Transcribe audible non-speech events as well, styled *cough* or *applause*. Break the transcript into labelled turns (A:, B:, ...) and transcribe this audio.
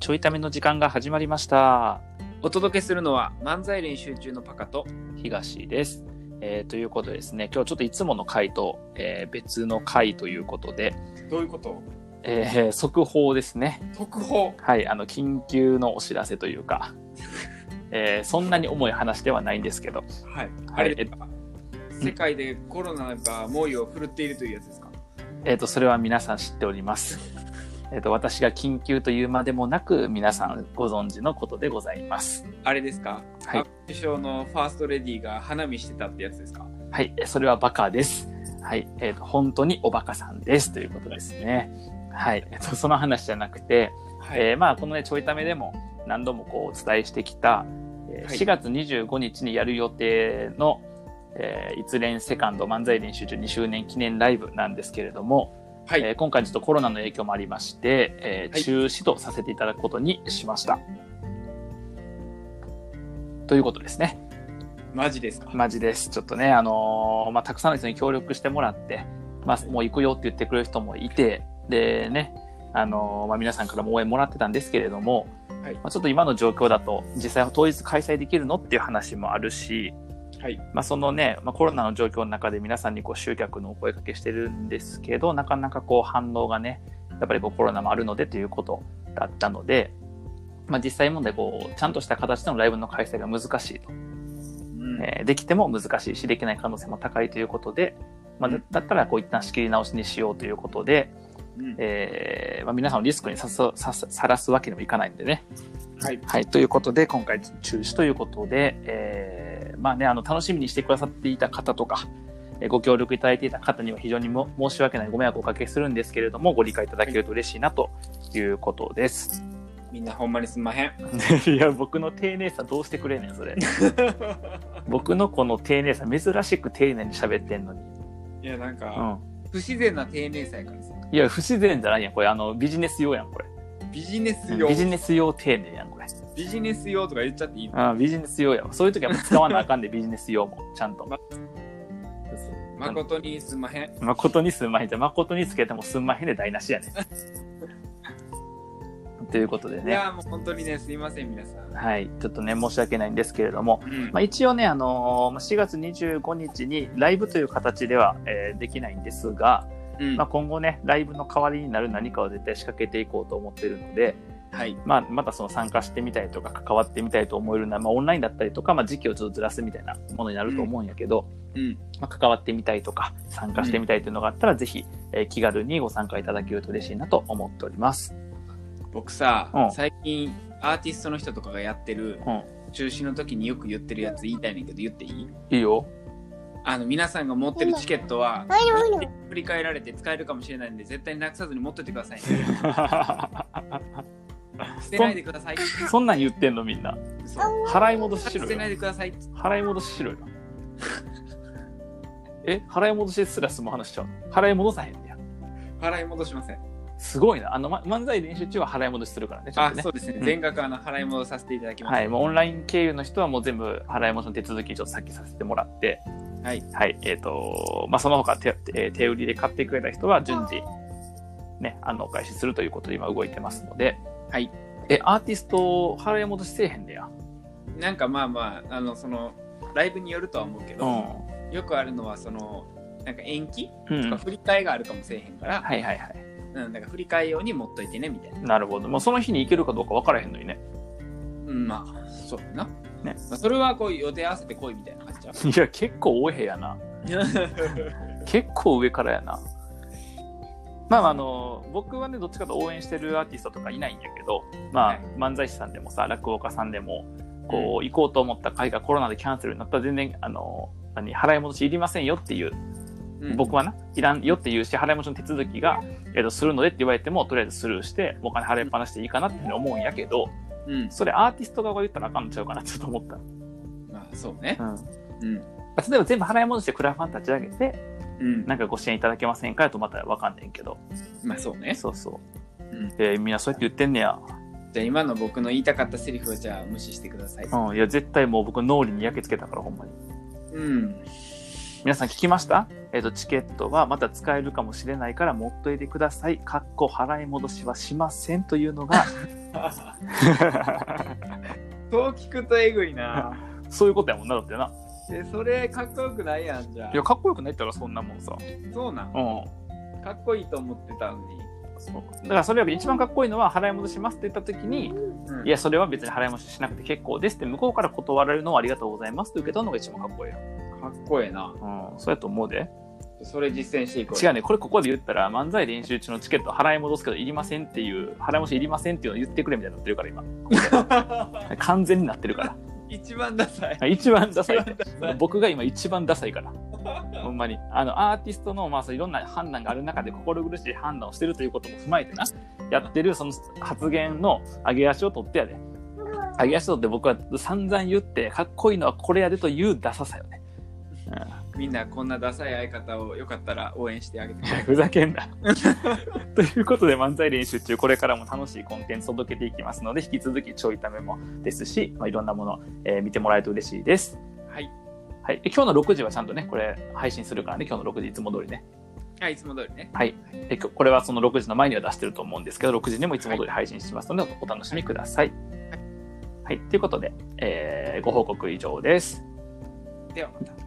A: ちょいための時間が始まりました。
B: お届けするのは漫才練習中のパカと
A: 東です。えーということでですね、今日ちょっといつもの回と、えー別の回ということで、
B: どういうこと
A: えー速報ですね。
B: 特報
A: はい、あの、緊急のお知らせというか、えーそんなに重い話ではないんですけど、
B: はい、
A: は
B: はいい、世界でコロナが猛威を振るっているというやつですか
A: えーと、それは皆さん知っております。えーと、私が緊急というまでもなく、皆さんご存知のことでございます。
B: あれですか、
A: はい
B: 安倍首相のファーストレディーが花見してたってやつですか
A: はい、えーそれはバカです。はい、えっ、と、本当におバカさんですということですね。はい、えっ、と、その話じゃなくて、
B: は
A: えーまあ、このね、ちょいためでも何度もこうお伝えしてきた、えー
B: はい
A: 4月25日にやる予定の、えー一連セカンド漫才練習中2周年記念ライブなんですけれども、
B: はい、
A: えー今回ちょっとコロナの影響もありまして、えー
B: はい
A: 中止とさせていただくことにしました。ということですね。
B: マジですか、
A: マジです。ちょっとね、あのーまあ、たくさんの人に協力してもらって、まあ、もう行くよって言ってくれる人もいて、でね、あのーまあ、皆さんからも応援もらってたんですけれども、
B: はい
A: まあ、ちょっと今の状況だと、実際当日開催できるのっていう話もあるし、
B: はい
A: まあ、そのね、まあ、コロナの状況の中で皆さんにこう集客のお声掛けしてるんですけど、なかなかこう反応がね、やっぱりこうコロナもあるのでということだったので、まあ、実際問題こう、ちゃんとした形でのライブの開催が難しいと。
B: うん
A: えーできても難しいしできない可能性も高いということで、まあ、
B: う
A: だ
B: ん
A: だったらこう一旦仕切り直しにしようということで、
B: うん
A: えーまあ、皆さんをリスクにさすさすさらすわけにもいかないんでね。
B: はい
A: はい、ということで今回中止ということで、えーまあね、あの楽しみにしてくださっていた方とかえーご協力いただいていた方には非常にも申し訳ないご迷惑をおかけするんですけれどもご理解いただけると嬉しいなということです。 *laughs*
B: みんなほんまにすんまへん *laughs*
A: いや僕の丁寧さどうしてくれんねんそれ。僕のこの丁寧さ珍しく丁寧に喋ってんのに。
B: いやなん
A: う
B: か、
A: ん
B: 不自然な丁寧さやからさ
A: いや、不自然じゃないやん、これ。あの、ビジネス用やん、これ。
B: ビジネス用
A: ビジネス用丁寧やん、これ。
B: ビジネス用とか言っちゃっていいの
A: うん、ビジネス用やん。そういう時はもう使わなあ *laughs* かんで、ビジネス用も、ちゃんと。
B: ま誠にすんまへん
A: 誠にすんまへんじゃ、誠につけてもすんまへんで台無しやね。 *laughs* ということで
B: い
A: ね。
B: やもう本当にねすいません皆さん、
A: はい。ちょっとね、申し訳ないんですけれども。
B: うん
A: まあ、一応ね、あのーまあ4月25日にライブという形では、えーできないんですが、
B: うん
A: まあ、今後ね、ライブの代わりになる何かを絶対仕掛けていこうと思っているので、
B: はい
A: まあ、またその参加してみたいとか関わってみたいと思えるな、まあ、オンラインだったりとか、まあ、時期をちょっとずらすみたいなものになると思うんやけど、
B: うん
A: まあ、関わってみたいとか参加してみたいというのがあったら、ぜひ、えー気軽にご参加いただけると嬉しいなと思っております。
B: 僕さ、
A: うん
B: 最近アーティストの人とかがやってる
A: うん、
B: 中止の時によく言ってるやつ言いたいねんけど言っていい
A: いいよ。 *laughs*
B: あの皆さんが持ってるチケットは
C: はいはいはい
B: 振り返られて使えるかもしれないんで絶対なくさずに持ってってく
A: *laughs*
B: ださい、捨てないでください
A: そんなん言ってんのみんな。
B: そう
A: 払い戻ししろ
B: 捨てない
A: よ。
B: でください
A: 払い戻ししろよ。え払い戻しすら済む話しちゃうの払い戻さへんねや。
B: 払い戻しません
A: すごいな。あの、ま、漫才練習中は払い戻しするからね。ちゃん
B: あ
A: とね
B: そうですね、
A: うん
B: 全額あの払い戻させていただきます
A: はい、もうオンライン経由の人はもう全部払い戻しの手続きちょっと先させてもらって、
B: はい
A: はい、えっ、と、まあ、その他手、えー手売りで買ってくれた人は順次、ね、あの、お返しするということで今動いてますので、
B: はい。
A: え、アーティスト、払い戻しせえへんでや。
B: なんかまあまああのそのライブによるとは思うけ
A: う
B: ど、
A: ん。
B: よくあるのはそのなんか延期
A: うん。
B: とか
A: はい
B: 振り替えがあるかもしれへんから、
A: はいはい。
B: うん、なんか振り替え用に持っといてねみたいな
A: なるほど。もうその日に行けるかどうか分からへんのにね。 *laughs*
B: うん、まあ、そうやな。
A: ね
B: まあ、それはこう予定合わせて来いみたいな感じじ
A: い
B: ゃん。
A: や、結構大部やな。結構上からやな。まあ、あの僕はねどっちかと応援してるアーティストとかいないんやけど、まあ
B: はい、
A: 漫才師さんでもさ落語家さんでも *laughs* こう行こうと思った会がコロナでキャンセルになったら全然あの何払い戻しいりませんよっていう、
B: うん、
A: 僕はないらんよっていうし払い戻しの手続きが、えっとするのでって言われてもとりあえずスルーしてお金払いっぱなしでいいかなっていうふうに思うんやけど
B: うん、
A: それアーティスト側が言ったらあかんのちゃうかなちょっと思った。
B: まあ、そうね。
A: うん
B: うん、
A: 例えば全部払い戻してクラファン立ち上げて
B: うん、
A: なんかご支援いただけませんかとまたわかんねんけど
B: まあ、そうね。
A: そうそう
B: うん、
A: えーみんなそうやって言ってんねや。
B: じゃあ、今の僕の言いたかったセリフをじゃあ無視してください。
A: うん。いや、絶対もう僕脳裏に焼けつけたから、ほんまに。
B: うん、
A: 皆さん聞きましたえっとチケットはまた使えるかもしれないから持っといてください。かっこ払い戻しはしませんというの *laughs* が
B: そう聞くとえぐいな。
A: そういうことやもんなだってな。
B: え、それかっこよくないやんじゃあ
A: いやかっこよくないったらそんなもんさ。う
B: そうなん。
A: ん。
B: かっこいいと思ってたのに。
A: そうだからそれより一番かっこいいのは払い戻しますって言った時に、
B: うん
A: いやそれは別に払い戻ししなくて結構ですって向こうから断られるのはありがとうございますって受け取るのが一番かっこいいよ。
B: かっこええな。
A: うん、そうやと思うで。
B: それ実践していこう。
A: 違うね、これここで言ったら漫才練習中のチケット払い戻すけどいりませんっていう、払い戻しいりませんっていうのを言ってくれみたいになってるから今。完全になってるから。
B: *laughs* 一番ダサい。 *laughs*
A: 一番ダサい
B: 一。番ダサい
A: 僕が今一番ダサい
B: *laughs*
A: から。ほんまに。あの、アーティストの、まあ、そういろんな判断がある中で心苦しい判断をしてるということも踏まえてな、やってるその発言の上げ足を取ってやで。上げ足取って僕は散々言って、かっこいいのはこれやでというダサさよね。 *laughs*
B: みんなこんなダサい相方をよかったら応援してあげてください。
A: ふざけ
B: *laughs*
A: んな。ということで漫才練習中、これからも楽しいコンテンツ届けていきますので、引き続きちょいためもですし、まあ、いろんなもの、えー見てもらえると嬉しいです。
B: はい。
A: はい、で今日の6時はちゃんとね、これ配信するからね、今日の6時いつも通りね。
B: はい、いつも通りね。
A: はい、できょこれはその6時の前には出してると思うんですけど、6時でもいつも通り配信しますので、お楽しみください。はい、ということで、えーご報告以上です。
B: ではまた。